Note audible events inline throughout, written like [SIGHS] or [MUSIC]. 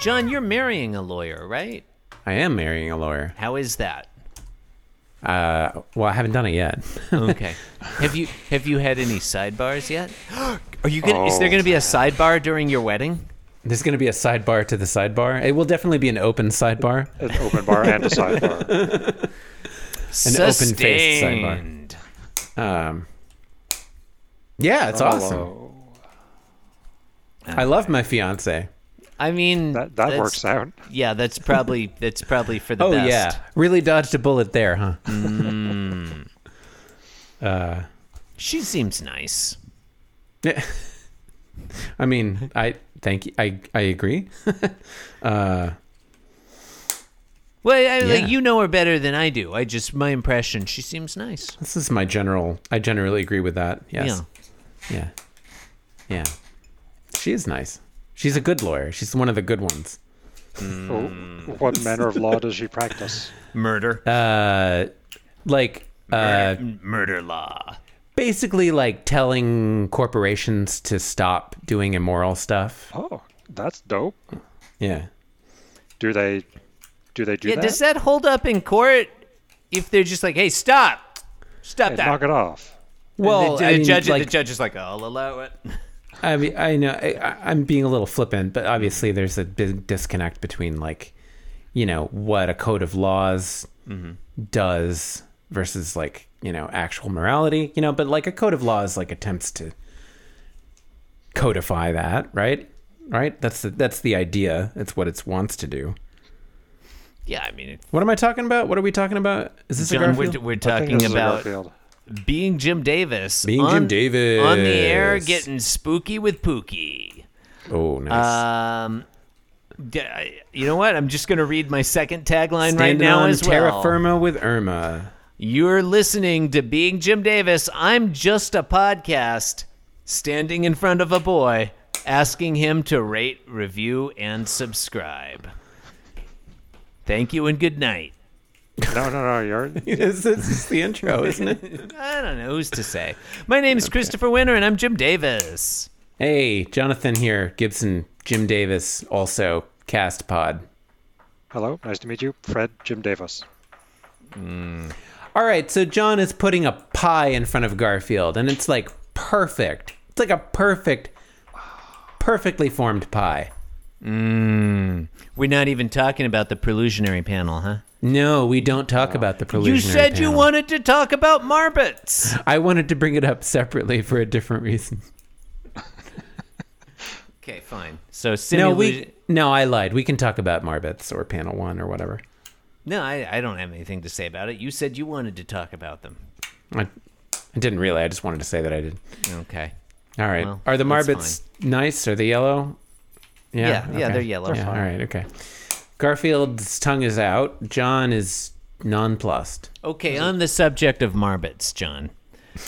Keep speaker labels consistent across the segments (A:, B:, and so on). A: John, you're marrying a lawyer, right?
B: I am marrying a lawyer.
A: How is that?
B: Uh, well, I haven't done it yet. [LAUGHS]
A: Okay. have you have you had any sidebars yet? [GASPS] Are you gonna, is there going to
B: Oh.
A: be a sidebar during your wedding?
B: There's going to be a sidebar to the sidebar. It will definitely be an open sidebar.
C: An open bar [LAUGHS] and a sidebar.
A: An
B: open-faced sidebar. Um, yeah,
A: Oh.
B: it's awesome.
C: Hello.
B: I love my fiance.
A: I mean,
C: That that
A: that's-
C: works out.
A: Yeah, that's probably that's probably for the
B: Oh
A: best.
B: yeah, really dodged a bullet there, huh? [LAUGHS]
A: she seems nice.
B: Yeah. I mean, I thank you. I I agree. [LAUGHS]
A: Well, I,
B: Yeah.
A: like, you know her better than I do. I just my impression. She seems nice.
B: This is my general. I generally agree with that. Yes. Yeah. Yeah. She is nice. She's a good lawyer. She's one of the good ones.
C: Oh,
A: Hmm.
C: What manner of law does she practice?
A: Murder,
B: Uh, like uh,
A: murder law.
B: basically like telling corporations to stop doing immoral stuff.
C: Oh, that's dope.
B: Yeah.
C: Do they do they do
A: Yeah,
C: that?
A: does that hold up in court if they're just like, "Hey, stop, stop
C: Hey,
A: that"?
C: knock it off.
A: the,
B: Well,
A: the
B: I mean,
A: Oh, judge,
B: like,
A: the judge is like, "Oh, "I'll allow it."
B: I mean, I know I, I- I'm being a little flippant, but obviously there's a big disconnect between like, you know, what a code of laws
A: Mm-hmm.
B: does versus like, you know, actual morality, you know, but like a code of laws like attempts to codify that, right? Right? That's the, that's the idea. It's what it wants to do.
A: Yeah, I mean,
B: What am I talking about? What are we talking about? Is this a
A: John, we're,
B: Garfield?
A: we're
C: I think
A: talking
C: this is a
A: about
C: Garfield.
A: being Jim Davis.
B: Being Jim
A: on-
B: Davis.
A: on the air, getting spooky with Pookie.
B: oh, nice.
A: Um, d- I- you know what? I'm just going to read my second tagline right
B: Standing
A: now
B: on
A: as
B: terra
A: well.
B: firma with Irma. [LAUGHS]
A: You're listening to Being Jim Davis. I'm just a podcast standing in front of a boy asking him to rate, review, and subscribe. Thank you and good night.
C: No, no, no.
A: [LAUGHS]
C: You're
B: this is the intro, isn't it?
A: I don't know who's to say. My name is Christopher Winter, and I'm Jim Davis.
B: Hey, Jonathan here, Gibson, Jim Davis, also Cast Pod.
C: hello. Nice to meet you, Fred Jim Davis.
B: All right, so John is putting a pie in front of Garfield, and it's like perfect. It's like a perfect, perfectly formed pie.
A: We're not even talking about the prelusionary panel, huh?
B: No, we don't talk about the preliminary.
A: You said you wanted to talk about marbots.
B: I wanted to bring it up separately for a different reason.
A: okay, fine. So
B: No,
A: simulation.
B: we. No, I lied. We can talk about Marbits or Panel One or whatever.
A: No, I, I don't have anything to say about it. You said you wanted to talk about them.
B: I, I didn't really. I just wanted to say that I did.
A: Okay.
B: All right.
A: Well,
B: are the
A: that's
B: Marbits nice? Are they yellow?
A: Yeah, yeah, they're yellow. They're
B: Yeah,
A: fine.
B: all right, okay. Garfield's tongue is out. John is nonplussed.
A: Okay, on the subject of marbots, John.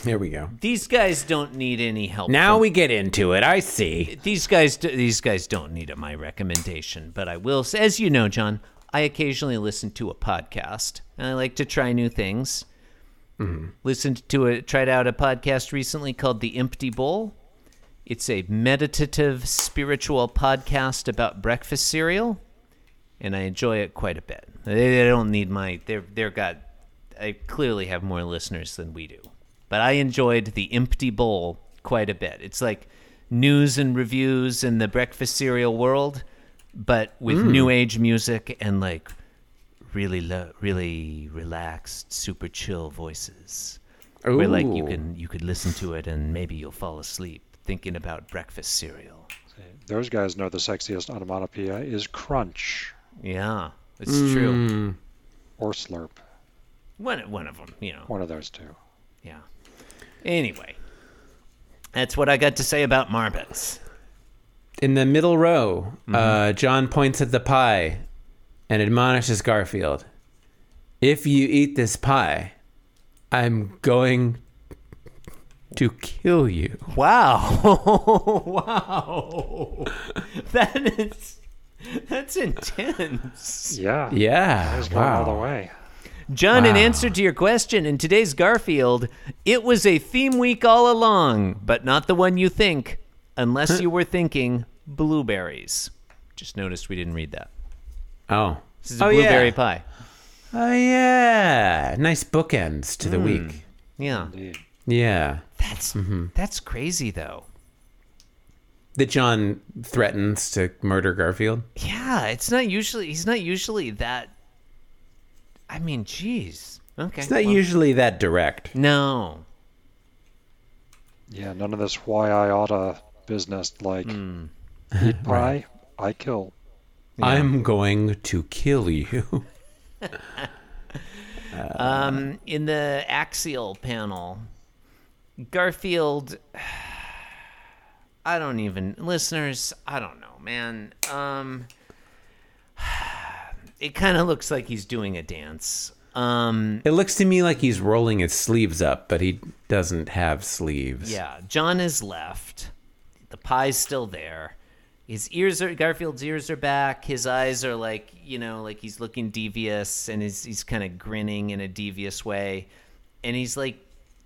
B: There we go.
A: These guys don't need any help.
B: Now
A: from-
B: we get into it. I see.
A: these guys do, these guys don't need my recommendation, but I will s- as you know, John, I occasionally listen to a podcast and I like to try new things. Listened to a tried out a podcast recently called The Empty Bowl. It's a meditative spiritual podcast about breakfast cereal, and I enjoy it quite a bit. They, they don't need my they're they're got I clearly have more listeners than we do. But I enjoyed the empty bowl quite a bit. It's like news and reviews in the breakfast cereal world, but with new age music and like really lo- really relaxed, super chill voices. Where like you
B: Ooh.
A: can you could listen to it and maybe you'll fall asleep thinking about breakfast cereal.
C: Those guys know the sexiest onomatopoeia is crunch
A: Yeah, it's true.
C: or slurp.
A: One one of them, you know.
C: One of those two.
A: Yeah. Anyway, that's what I got to say about marbots.
B: In the middle row,
A: Mm-hmm.
B: uh, John points at the pie and admonishes Garfield. If you eat this pie, I'm going to kill you.
A: Wow. [LAUGHS] wow. That is that's intense.
C: Yeah.
B: Yeah.
C: It's going all the
B: Wow.
C: way.
A: John, in
B: Wow.
A: answer to your question, in today's Garfield, it was a theme week all along, but not the one you think, unless you were thinking blueberries. Just noticed we didn't read that.
B: Oh.
A: This is a
B: oh,
A: blueberry
B: yeah.
A: pie.
B: Oh, yeah. Nice bookends to the
A: Hmm.
B: week.
A: Yeah,
C: Indeed.
B: Yeah.
A: that's that's crazy though.
B: That John threatens to murder Garfield.
A: Yeah, it's not usually he's not usually that. I mean, jeez. Okay.
B: It's not
A: well-
B: usually that direct.
A: No.
C: Yeah, none of this why I oughta business like [LAUGHS] eat pie, I kill.
B: I'm going to kill you. [LAUGHS]
A: Um, in the axial panel, Garfield. [SIGHS] I don't even listeners. I don't know, man. Um, [SIGHS] it kind of looks like he's doing a dance. Um,
B: it looks to me like he's rolling his sleeves up, but he doesn't have sleeves.
A: yeah. John is left. The pie's still there. His ears are Garfield's ears are back. His eyes are like you know, like he's looking devious, and he's he's kind of grinning in a devious way, and he's like,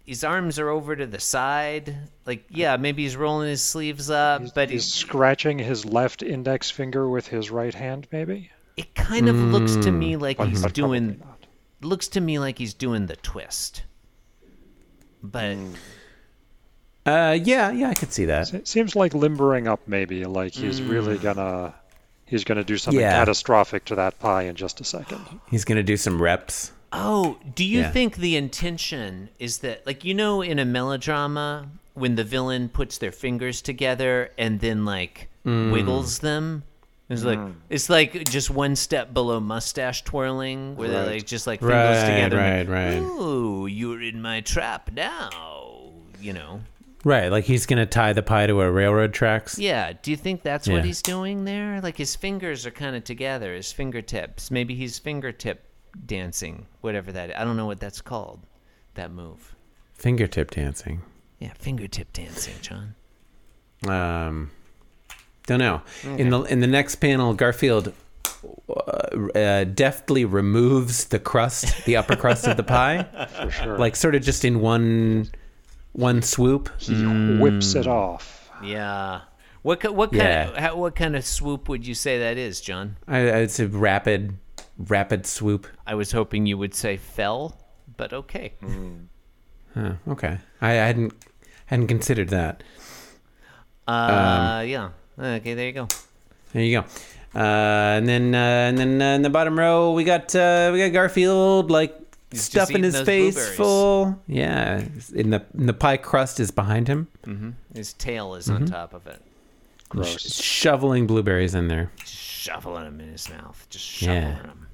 A: his arms are over to the side. Like yeah, maybe he's rolling his sleeves up, but
C: He's
A: it,
C: scratching his left index finger with his right hand, maybe?
A: it kind of looks to me like
C: But-
A: he's
B: Mhm.
C: but probably
A: doing
C: not.
A: looks to me like he's doing the twist. But
B: Uh, yeah, yeah, I could see that.
C: It seems like limbering up maybe, like he's really gonna he's gonna do something
B: Yeah.
C: catastrophic to that pie in just a second.
B: He's gonna do some reps.
A: Oh, do you
B: Yeah.
A: think the intention is that, like, you know, in a melodrama, when the villain puts their fingers together and then like
B: Mm.
A: wiggles them, it's like it's like just one step below mustache twirling, where they
C: Right.
A: like just like fingers
B: Right,
A: together. Mm. and
B: right,
A: like,
B: right.
A: Ooh, you're in my trap now. You know.
B: Right, like he's gonna tie the pie to a railroad tracks.
A: Yeah. Do you think that's
B: Yeah.
A: what he's doing there? Like his fingers are kind of together, his fingertips. Maybe he's fingertip dancing, whatever that. I don't know what that's called. That move.
B: Fingertip dancing.
A: Yeah, fingertip dancing, John.
B: Um, don't know. In the in the next panel, Garfield uh, uh, deftly removes the crust, the upper crust of
A: [LAUGHS]
B: the pie,
C: For sure.
B: like sort of just in one one swoop.
C: he whips
B: Mm.
C: it off.
A: Yeah. What ki- what kind of
B: Yeah.
A: how, what kind of swoop would you say that is, John?
B: I, I- it's a rapid, rapid swoop.
A: I was hoping you would say fell, but okay.
B: Um, Huh, Oh, okay, I, I hadn't hadn't considered that.
A: Uh, yeah. Okay, there you go.
B: There you go. Uh, and then uh, and then uh, in the bottom row we got uh, we got Garfield like
A: just
B: stuff in
A: eating
B: his
A: those
B: face
A: blueberries.
B: full. Yeah, in the in the pie crust is behind him,
A: His tail is
B: mm-hmm.
A: on top of it,
C: Gross.
B: shoveling blueberries in there.
A: just shoveling him in his mouth, just shoveling
B: Yeah.
A: him.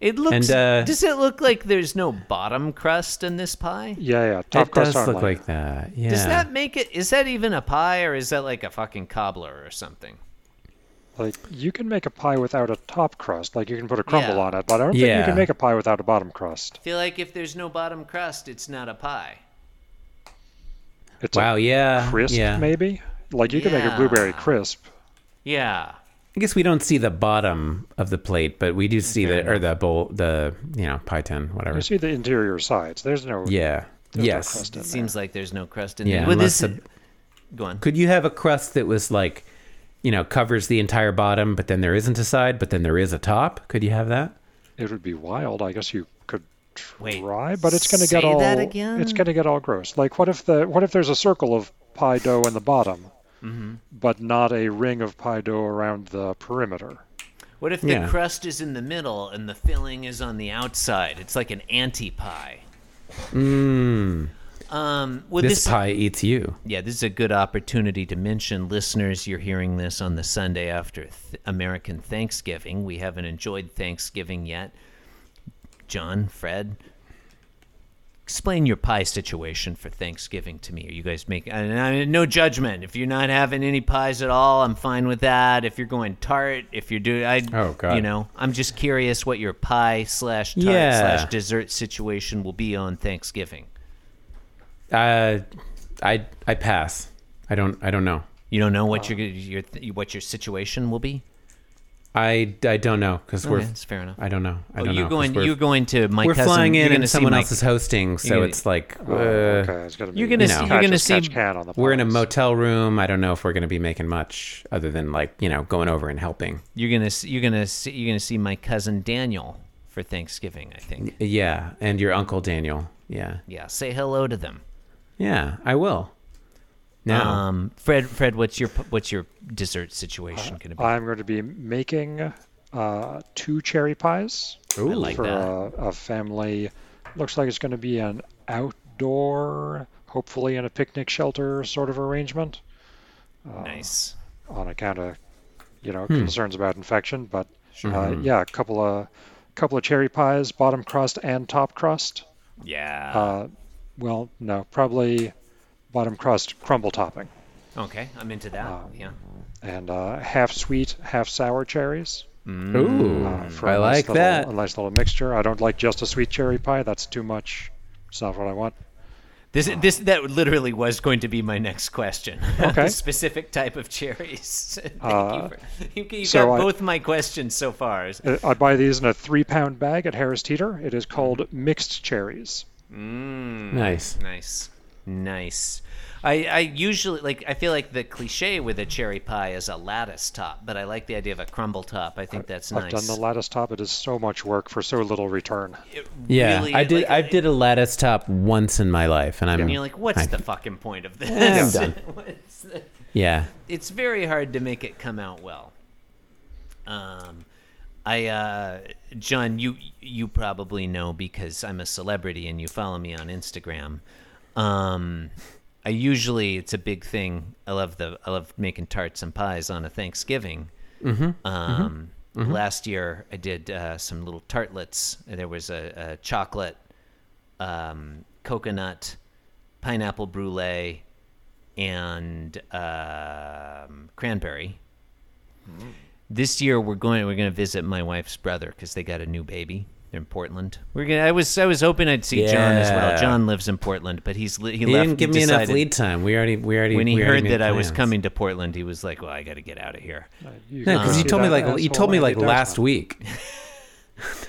A: It looks.
B: And, uh,
A: does it look like there's no bottom crust in this pie?
C: Yeah, yeah. Top
B: it
C: crust
B: does look
C: omelet.
B: like that. Yeah.
A: Does that make it? Is that even a pie, or is that like a fucking cobbler or something?
C: Like you can make a pie without a top crust. Like you can put a crumble
A: Yeah.
C: on it, but I don't think you
B: Yeah.
C: can make a pie without a bottom crust.
A: I feel like if there's no bottom crust, it's not a pie.
C: It's
B: wow.
C: a
B: Yeah.
C: crisp
B: yeah.
C: maybe. Like you can make a
A: Yeah.
C: blueberry crisp.
A: Yeah.
B: I guess we don't see the bottom of the plate, but we do see the or the bowl, the you know pie tin, whatever.
C: You see the interior sides. There's no
B: Yeah.
C: there's no
B: yes.
C: crust in
A: It
C: there.
A: seems like there's no crust in
B: Yeah.
A: there. Well,
B: unless
A: this
B: the-
A: go on.
B: Could you have a crust that was like, you know, covers the entire bottom, but then there isn't a side, but then there is a top? Could you have that?
C: It would be wild. I guess you could
A: Wait,
C: try, but it's going to get
A: say
C: all
A: that again?
C: it's going to get all gross. Like what if the what if there's a circle of pie dough in the bottom,
A: Mm-hmm.
C: but not a ring of pie dough around the perimeter?
A: What if the
B: Yeah.
A: crust is in the middle and the filling is on the outside? It's like an anti pie. Mmm. Um, would
B: Mm. This
A: this,
B: pie eats you.
A: yeah, this is a good opportunity to mention, listeners, you're hearing this on the Sunday after th- American Thanksgiving. We haven't enjoyed Thanksgiving yet. John, Fred, explain your pie situation for Thanksgiving to me. Are you guys making? And I, no judgment. If you're not having any pies at all, I'm fine with that. If you're going tart, if you're doing, I,
B: Oh, God.
A: you know, I'm just curious what your pie slash tart
B: Yeah.
A: slash dessert situation will be on Thanksgiving.
B: Uh, I I pass. I don't I don't know. Uh,
A: You don't know what your your th- what your situation will be.
B: I, I don't know because
A: Okay,
B: we're
A: that's fair enough.
B: I don't know. I
A: Oh,
B: don't know.
A: you're
B: 'cause
A: going.
B: we're,
A: You're going to my
B: we're
A: cousin.
B: flying
A: you're
B: in
A: gonna
B: and
A: see
B: someone
A: my-
B: else is hosting, so
A: gonna-
B: it's like uh,
C: Oh, okay, it's gonna be.
A: you're gonna
B: see-
C: catch
A: you're gonna
C: us, catch
A: see-
C: can on the
B: we're in a
C: piles.
B: motel room. I don't know if we're going to be making much other than like you know going over and helping.
A: You're gonna. s- You're gonna. See, you're gonna see my cousin Daniel for Thanksgiving. I think.
B: Yeah, and your uncle Daniel. Yeah,
A: Yeah. Say hello to them.
B: yeah, I will. Now,
A: Um, Fred. Fred, what's your p- what's your dessert situation gonna
B: Uh,
A: be?
C: I'm going to be making uh, two cherry pies
B: Ooh,
A: I like
C: for
A: that.
C: a, a family. Looks like it's going to be an outdoor, hopefully in a picnic shelter sort of arrangement,
B: uh,
A: nice.
C: on account of, you
B: Hmm.
C: know, concerns about infection. But uh, yeah, a couple of couple of cherry pies, bottom crust and top crust.
A: Yeah.
C: Uh, well, no, probably bottom crust crumble topping,
A: okay. I'm into that.
B: uh,
A: yeah.
C: and uh, half sweet, half sour cherries.
B: ooh,
C: uh,
B: Hmm,
C: for
B: I
C: a
B: like
C: nice
B: that.
C: Little, a nice little mixture. I don't like just a sweet cherry pie. That's too much. It's not what I want.
A: This this that literally was going to be my next question. [LAUGHS]
C: Okay.
A: The specific type of cherries. [LAUGHS] Thank you
C: Uh,
A: for you, you
C: so
A: got
C: I-
A: both my questions so far.
C: Uh, I buy these in a three-pound bag at Harris Teeter. It is called
B: Hmm.
C: mixed cherries.
A: Mm.
B: nice.
A: Nice. Nice. I, I usually like I feel like the cliche with a cherry pie is a lattice top, but I like the idea of a crumble top. I think that's nice.
C: I've done the lattice top. It is so much work for so little return.
A: It
B: Yeah,
A: really-
B: I did.
A: like,
B: I did a lattice top once in my life, and I'm
A: And you're like, what's the fucking point of this?
B: Yeah, I'm
A: [LAUGHS] What's the-
B: yeah.
A: it's very hard to make it come out well. Um, I, uh, John, you you probably know because I'm a celebrity and you follow me on Instagram. Um, I usually it's a big thing. I love the I love making tarts and pies on a Thanksgiving. Um, Last year I did uh, some little tartlets. There was a, a chocolate, um, coconut, pineapple brulee, and um, cranberry.
B: Mm.
A: This year we're going. We're going to visit my wife's brother because they got a new baby. They're in Portland. We're gonna. I was. I was hoping I'd see John as well.
B: Yeah.
A: John lives in Portland, but he's li- he
B: He
A: left.
B: didn't give
A: he
B: me enough
A: decided-
B: lead time. We already, we already.
A: When he
B: we already
A: heard
B: made
A: that I was
B: plans.
A: coming to Portland, he was like, "Well, I got to get out of here."
B: No,
C: You can
A: Uh,
B: because you
C: see
B: told me
C: that
B: like you
C: asshole
B: told me
C: Andy
B: like
C: Dorsman.
B: last week.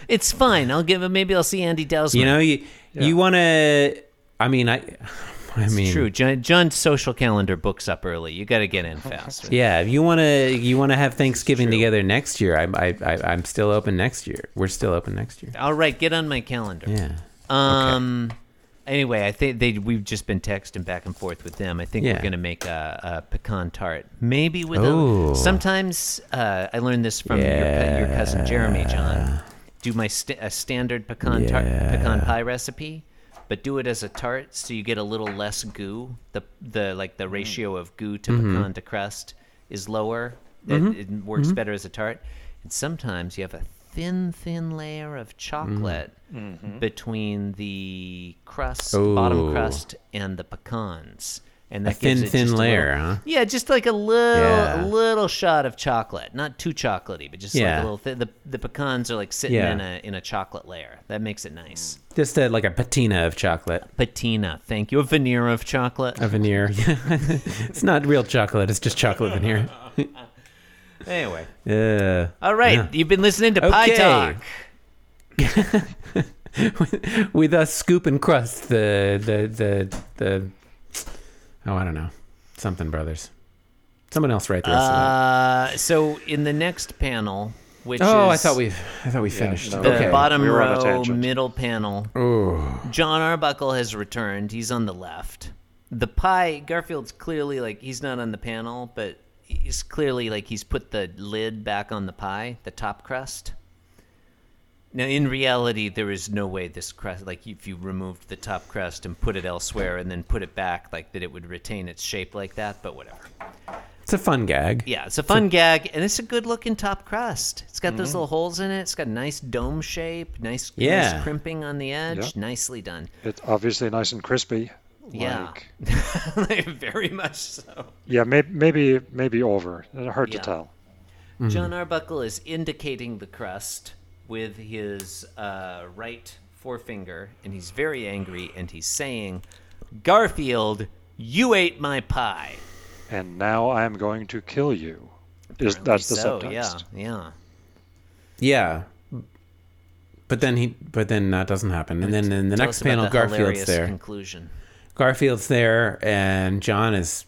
A: It's fine. I'll give him. Maybe I'll see Andy Delsman.
B: You know, you you want to. I mean, I. [LAUGHS] I mean,
A: true. John, John's social calendar books up early. You got to get in
B: [LAUGHS]
A: fast.
B: Yeah, if you want to, you want to have Thanksgiving together next year. I, I, I, I'm still open next year. We're still open next year.
A: All right, get on my calendar.
B: Yeah.
A: Um. Anyway, I think they we've just been texting back and forth with them. I think
B: Yeah.
A: we're gonna make a, a pecan tart, maybe with
B: Ooh.
A: a. Sometimes uh, I learned this from your, cu- your cousin Jeremy John. Do my st- a standard pecan tart, pecan pie recipe, but do it as a tart, so you get a little less goo. The the like
B: Mm-hmm.
A: the ratio of goo to pecan to crust is lower. It,
B: Mm-hmm.
A: it works better as a tart. And sometimes you have a thin thin layer of chocolate between the crust, bottom
B: Mm-hmm. Ooh.
A: crust, and the pecans, and that
B: thin,
A: gives it
B: thin
A: just a
B: layer,
A: little-
B: huh?
A: Yeah, just like a little,
B: Yeah.
A: a little shot of chocolate, not too chocolatey, but just like
B: Yeah.
A: a little. Th- the the pecans are like sitting
B: Yeah.
A: in a in a chocolate layer. That makes it nice.
B: Just a, like a patina of chocolate,
A: Patina, thank you. A veneer of
B: [LAUGHS]
A: chocolate.
B: a veneer. it's not real chocolate. It's just chocolate veneer.
A: Anyway,
B: Yeah.
A: all right.
B: Yeah.
A: You've been listening to Pie
B: Okay.
A: Talk.
B: We thus scoop and crust the the the the. Oh, I don't know, something brothers. Someone else write the rest of that.
A: Uh, so in the next panel, which
B: Oh, I
A: is
B: thought we, I thought we finished.
C: no.
A: the
B: Okay.
A: bottom
C: we were on a
A: row,
C: tangent.
A: middle panel.
B: Ooh.
A: John Arbuckle has returned. He's on the left. The pie Garfield's clearly like he's not on the panel, but he's clearly like he's put the lid back on the pie, the top crust. Now, in reality, there is no way this crust, like if you removed the top crust and put it elsewhere and then put it back, like that it would retain its shape like that, but whatever.
B: It's a fun gag.
A: Yeah, it's a fun gag, and it's a good looking top crust. It's got those little holes in it. It's got a nice dome shape, nice,
B: Yeah.
A: nice crimping on the edge.
C: Yep.
A: Nicely done.
C: It's obviously nice and crispy.
A: Yeah.
C: Like,
A: [LAUGHS] Very much so.
C: yeah. Maybe maybe maybe over. Uh, Hard
A: Yeah.
C: to tell.
B: Mm-hmm.
A: John Arbuckle is indicating the crust with his uh, right forefinger, and he's very angry, and he's saying, Garfield, you ate my pie.
C: And now I am going to kill you. Is that's the
A: so,
C: subtext?
A: yeah, yeah.
B: Yeah. But then he, but then that doesn't happen. And then in the
A: Tell
B: next
A: us about
B: panel,
A: the
B: Garfield's
A: hilarious
B: there.
A: Conclusion.
B: Garfield's there, and John is.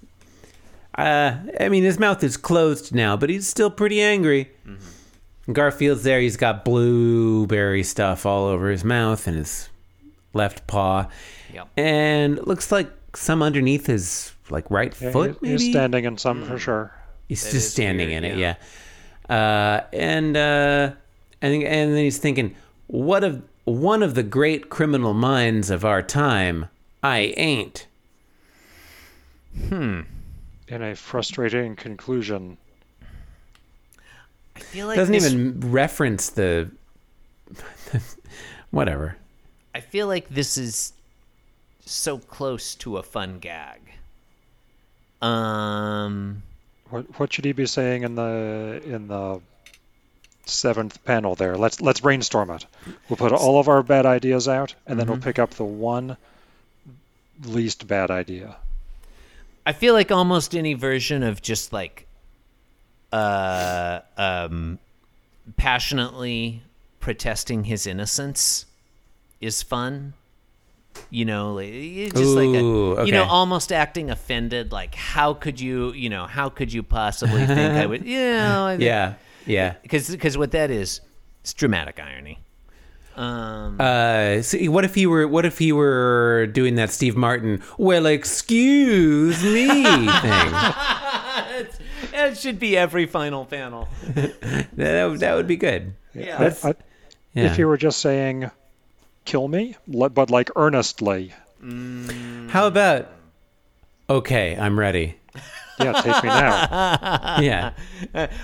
B: Uh, I mean, his mouth is closed now, but he's still pretty angry.
A: Mm-hmm.
B: Garfield's there. He's got blueberry stuff all over his mouth and his left paw,
A: Yep.
B: and it looks like some underneath his like right
C: Yeah,
B: foot.
C: he-
B: Maybe
C: he's standing in some
A: Hmm.
C: for sure.
B: He's
A: That
B: just
A: is
B: standing
A: weird,
B: in it,
A: yeah.
B: yeah. Uh, and uh, and and then he's thinking, what of one of the great criminal minds of our time? I ain't.
C: In a frustrating conclusion,
A: I feel like
B: Doesn't
A: this,
B: even reference the. [LAUGHS] whatever.
A: I feel like this is so close to a fun gag. Um.
C: what what should he be saying in the in the seventh panel there? Let's let's brainstorm it. We'll put all of our bad ideas out, and
A: Mm-hmm.
C: then we'll pick up the one least bad idea.
A: I feel like almost any version of just like uh um passionately protesting his innocence is fun. You know, like, it's just like
B: Ooh,
A: a, you know,
B: okay.
A: almost acting offended. Like, how could you, you know, how could you possibly think I
B: [LAUGHS]
A: would, you know, I-
B: Yeah. Yeah.
A: because because what that is, it's dramatic irony. Um,
B: Uh, see, what if he were? What if he were doing that Steve Martin? Well, excuse
A: [LAUGHS]
B: me. thing.
A: that should be every final panel.
B: That, would- that would be good.
A: Yeah.
B: That's-
C: I-
B: yeah.
C: If he were just saying, "Kill me," le- but like earnestly,
B: How about okay, I'm ready.
C: yeah, take
B: [LAUGHS]
C: me now.
B: Yeah.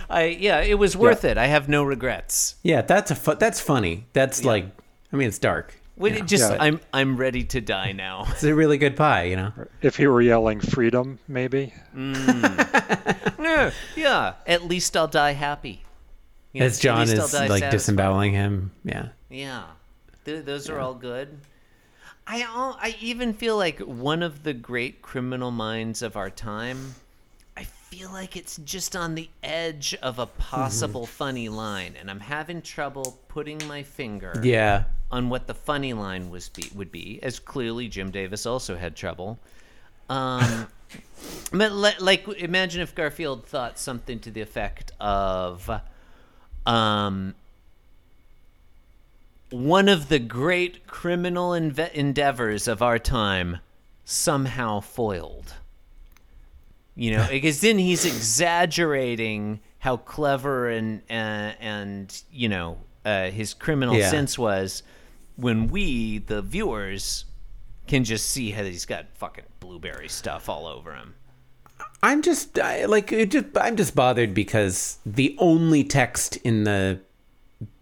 A: I yeah, it was worth it. I have no regrets.
B: Yeah, that's a fu- that's funny. That's like I mean it's dark.
A: When it just
C: Yeah.
A: I'm I'm ready to die now.
B: [LAUGHS] It's a really good pie, you know.
C: If he were yelling "freedom," maybe.
A: yeah, yeah. At least I'll die happy. You know,
B: As
A: at
B: John
A: least I'll
B: is
A: die
B: like
A: satisfied.
B: disemboweling him. Yeah.
A: Yeah, Th- those are all good. I all, I even feel like one of the great criminal minds of our time. I feel like it's just on the edge of a possible
B: Mm-hmm.
A: funny line, and I'm having trouble putting my finger.
B: Yeah.
A: on what the funny line was be, would be, as clearly Jim Davis also had trouble. Um, but le- like, imagine if Garfield thought something to the effect of, um, one of the great criminal inve- endeavors of our time somehow foiled. You know, because then he's exaggerating how clever and uh, and you know uh, his criminal
B: Yeah.
A: sense was when we the viewers can just see how he's got fucking blueberry stuff all over him.
B: I'm just I, like it just I'm just bothered because the only text in the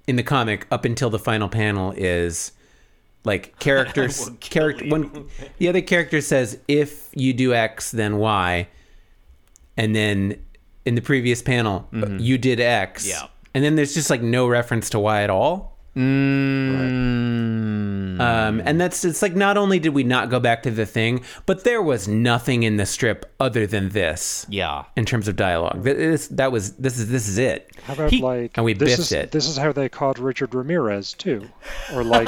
B: in the comic up until the final panel is like characters character one the other character says if you do x then y and then in the previous panel uh, you did x
A: Yeah.
B: and then there's just like no reference to y at all
A: Mm. Uh,
B: um, and that's it's like not only did we not go back to the thing but there was nothing in the strip other than this
A: Yeah.
B: in terms of dialogue. Th- This that was this is this is it.
C: How about
B: He-
C: like
B: and we
C: this
B: biffed
C: is
B: it.
C: this is how they caught Richard Ramirez too, or
B: [LAUGHS]
C: like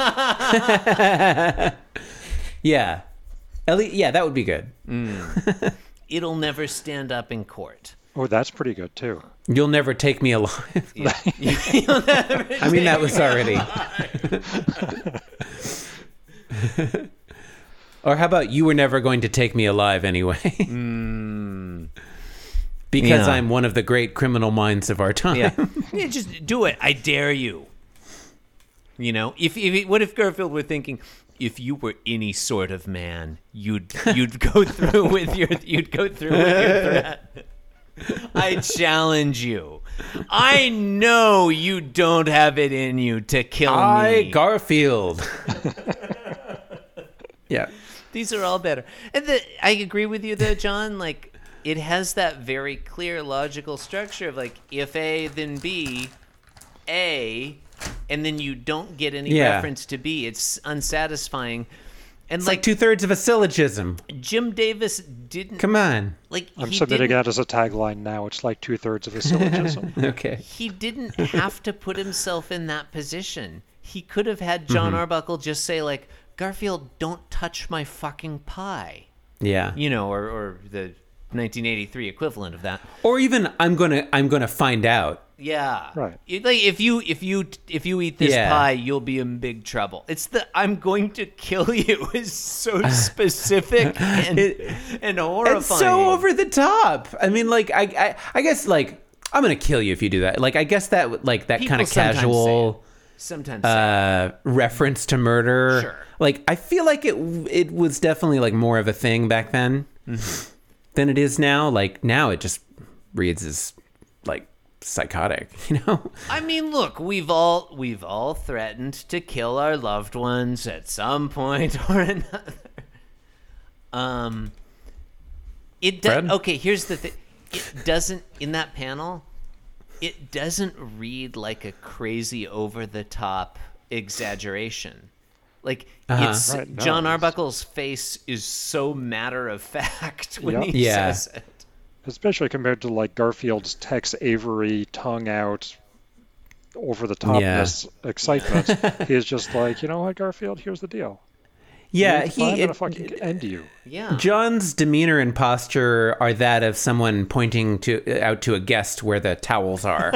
B: yeah, at least, yeah, that would be good.
A: It'll never stand up in court.
C: oh that's pretty good too.
B: You'll never take me [LAUGHS] alive. I mean, that was already. [LAUGHS] or how about you were never going to take me alive anyway? [LAUGHS]
A: Yeah.
B: because I'm one of the great criminal minds of our time.
A: Yeah. [LAUGHS] Yeah, just do it. I dare you. You know, if, if it- what if Garfield were thinking, if you were any sort of man, [LAUGHS] you'd you'd go through with your you'd go through with [LAUGHS] your threat. I challenge you. I know you don't have it in you to kill
B: [LAUGHS] I
A: me.
B: [LAUGHS] Garfield. yeah.
A: These are all better. And the, I agree with you
B: [LAUGHS]
A: though, John. Like it has that very clear logical structure of like if A then B, A, and then you don't get any
B: Yeah.
A: reference to B. It's unsatisfying. And
B: It's like
A: like,
B: two thirds of a syllogism.
A: Jim Davis didn't
B: Come on.
A: like
C: I'm
A: he
C: submitting
A: didn't,
C: that as a tagline now. It's like two thirds of a syllogism.
B: [LAUGHS] Okay.
A: he didn't have to put himself in that position. He could have had
B: Mm-hmm.
A: John Arbuckle just say like, "Garfield, don't touch my fucking pie,"
B: Yeah.
A: you know, or or the 1983 equivalent of that.
B: Or even I'm gonna I'm gonna find out.
A: Yeah,
C: Right.
A: It- like if you if you if you eat this
B: Yeah.
A: pie, you'll be in big trouble. It's the "I'm going to kill [LAUGHS] you" is so specific and
B: [LAUGHS] It-
A: and horrifying.
B: It's so over the top. I mean, like I I, I guess like I'm gonna kill you if you do that. Like I guess that like that
A: People
B: kind of
A: sometimes
B: casual.
A: Sometimes
B: uh, reference to murder.
A: Sure.
B: Like I feel like it it was definitely like more of a thing back then than it is now. Like now it just reads as like psychotic, [LAUGHS] you know?
A: I mean, look, we've all we've all threatened to kill our loved ones at some point [LAUGHS] or another. Um, it does.
B: Fred?
A: Okay, here's the thing. It doesn't in that panel. It doesn't read like a crazy over the top exaggeration. Like
B: Uh-huh.
A: it's
C: Right, no,
A: John
C: it's-
A: Arbuckle's face is so matter of [LAUGHS] fact when
C: Yep.
A: he
B: Yeah.
A: says it.
C: Especially compared to like Garfield's Tex Avery tongue out over the topness excitement.
B: [LAUGHS]
C: he is just like, you know what, Garfield, here's the deal.
B: Yeah,
C: If
B: he
C: I'm gonna
B: it-
C: fucking end you.
A: Yeah.
B: John's demeanor and posture are that of someone pointing to out to a guest where the towels are. [LAUGHS]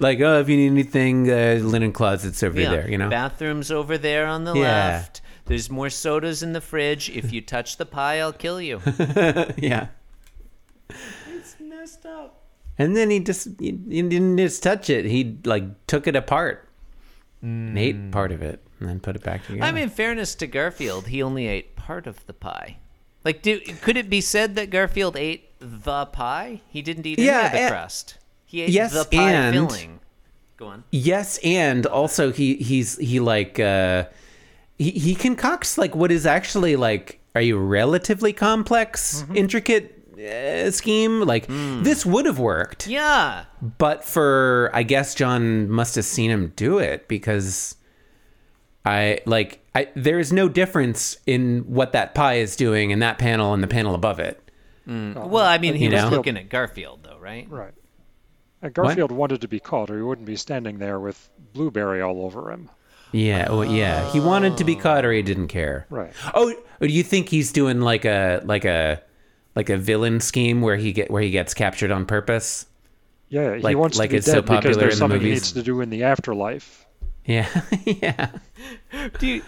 B: like, oh, if you need anything, uh, linen closet's over there, you know.
A: Bathrooms over there on the
B: Yeah.
A: left. There's more sodas in the fridge. If you touch the pie, I'll kill
B: [LAUGHS]
A: you.
B: [LAUGHS] yeah.
A: it's messed up.
B: And then he just he, he didn't just touch it. He like took it apart, and ate part of it, and then put it back together.
A: Mm. I mean, in fairness to Garfield, he only ate part of the pie. Like, do, could it be said that Garfield ate the pie? He didn't eat any
B: Yeah,
A: of the
B: and-
A: crust. He ate
B: Yes,
A: the pie
B: and-
A: filling. Go on.
B: yes, and also he he's he like uh, he he concocts like what is actually like are you relatively complex, intricate uh, scheme like this would have worked,
A: Yeah.
B: but for I guess John must have seen him do it because I like I there is no difference in what that pie is doing in that panel and the panel above it.
A: Well, I mean, he
B: You
A: was
B: know?
A: looking at Garfield, though, right?
C: Right. And Garfield wanted to be caught, or he wouldn't be standing there with blueberry all over him.
B: Yeah, oh yeah. He wanted to be caught or he didn't care.
C: Right.
B: Oh, do you think he's doing like a like a like a villain scheme where he get where he gets captured on purpose? [LAUGHS]
C: Yeah, he
B: Like-
C: wants
B: like
C: to be
B: it's so
C: dead because
B: popular
C: there's
B: in the
C: something he
B: movies.
C: needs to do in the afterlife.
B: Yeah. yeah.
A: Do you,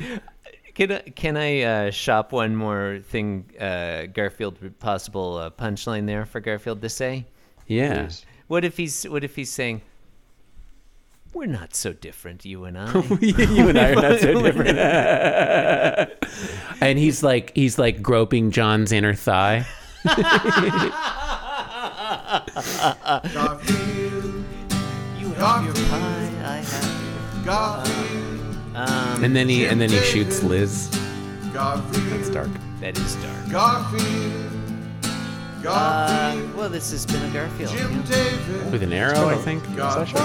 A: can I, can I uh, shop one more thing? Uh, Garfield possible uh, punchline there for Garfield to say.
B: Yeah.
C: Yes.
A: What if he's What if he's saying, "We're not so different, you and
B: [LAUGHS]
A: I."
B: [LAUGHS] you and I are not so different. and he's like he's like groping John's inner thigh.
D: Garfield,
A: you have your pie, I have. um,
D: Garfield,
B: And then he and then he shoots Liz.
D: Garfield,
B: It's dark.
A: That is dark.
D: Garfield,
A: Uh,
D: Garfield,
A: well, this has been a Garfield.
D: Jim Davis,
B: With an arrow, I think.
D: Garfield,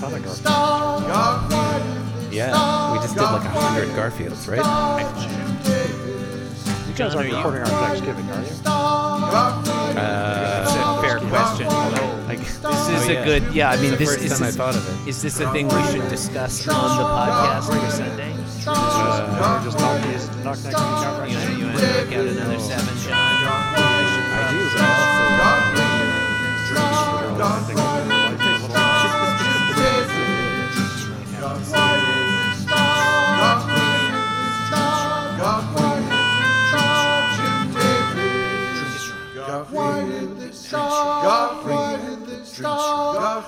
C: Tonic or-
D: Garfield,
B: Yeah. We just did like a hundred Garfields, right?
D: Jim Davis,
C: You guys aren't recording on Thanksgiving, are you?
B: Uh,
D: Garfield,
A: That's a fair question. Like, this
B: Oh,
A: is a good. Yeah, I mean, this
B: first
A: is.
B: time I
A: This,
B: thought of
A: is this a thing we should discuss on the podcast for Sunday?
C: Uh, just knock these, knock next week out right
A: You know,
C: now.
A: you want to knock out another seven, John?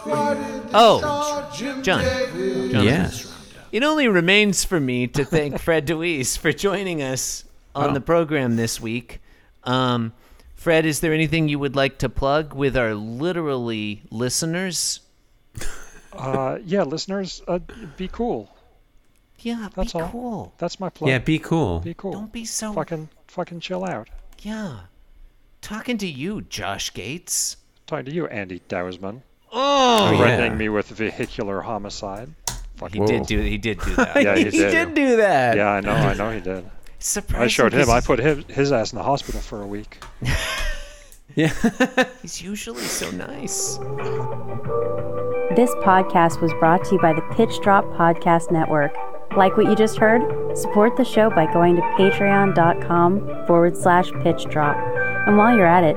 A: Oh, John. John.
B: Yeah.
A: It only remains for me to thank
C: [LAUGHS]
A: Fred DeWeese for joining us on the program this week. Um, Fred, is there anything you would like to plug with our literally listeners?
C: Uh, yeah, listeners, uh, be cool.
A: Yeah,
C: That's
A: be
C: all.
A: cool.
C: That's my plug.
B: Yeah, be cool.
C: be cool.
A: Don't be so.
C: Fucking, fucking chill out.
A: Yeah. Talking to you, Josh Gates.
C: Talking to you, Andy Dowsman,
A: Oh,
B: Oh, yeah.
C: threatening me with vehicular homicide. fucking.
A: He
B: Whoa.
A: did do. He did
C: [LAUGHS]
A: do that.
C: Yeah, he
B: [LAUGHS] he
C: did.
B: did do that.
C: Yeah, I know, I know he did.
A: Surprising
C: I showed him.
A: 'cause
C: I put his, his ass in the hospital for a week.
A: He's usually so nice.
E: This podcast was brought to you by the Pitch Drop Podcast Network. Like what you just heard? Support the show by going to patreon.com forward slash pitch drop. And while you're at it,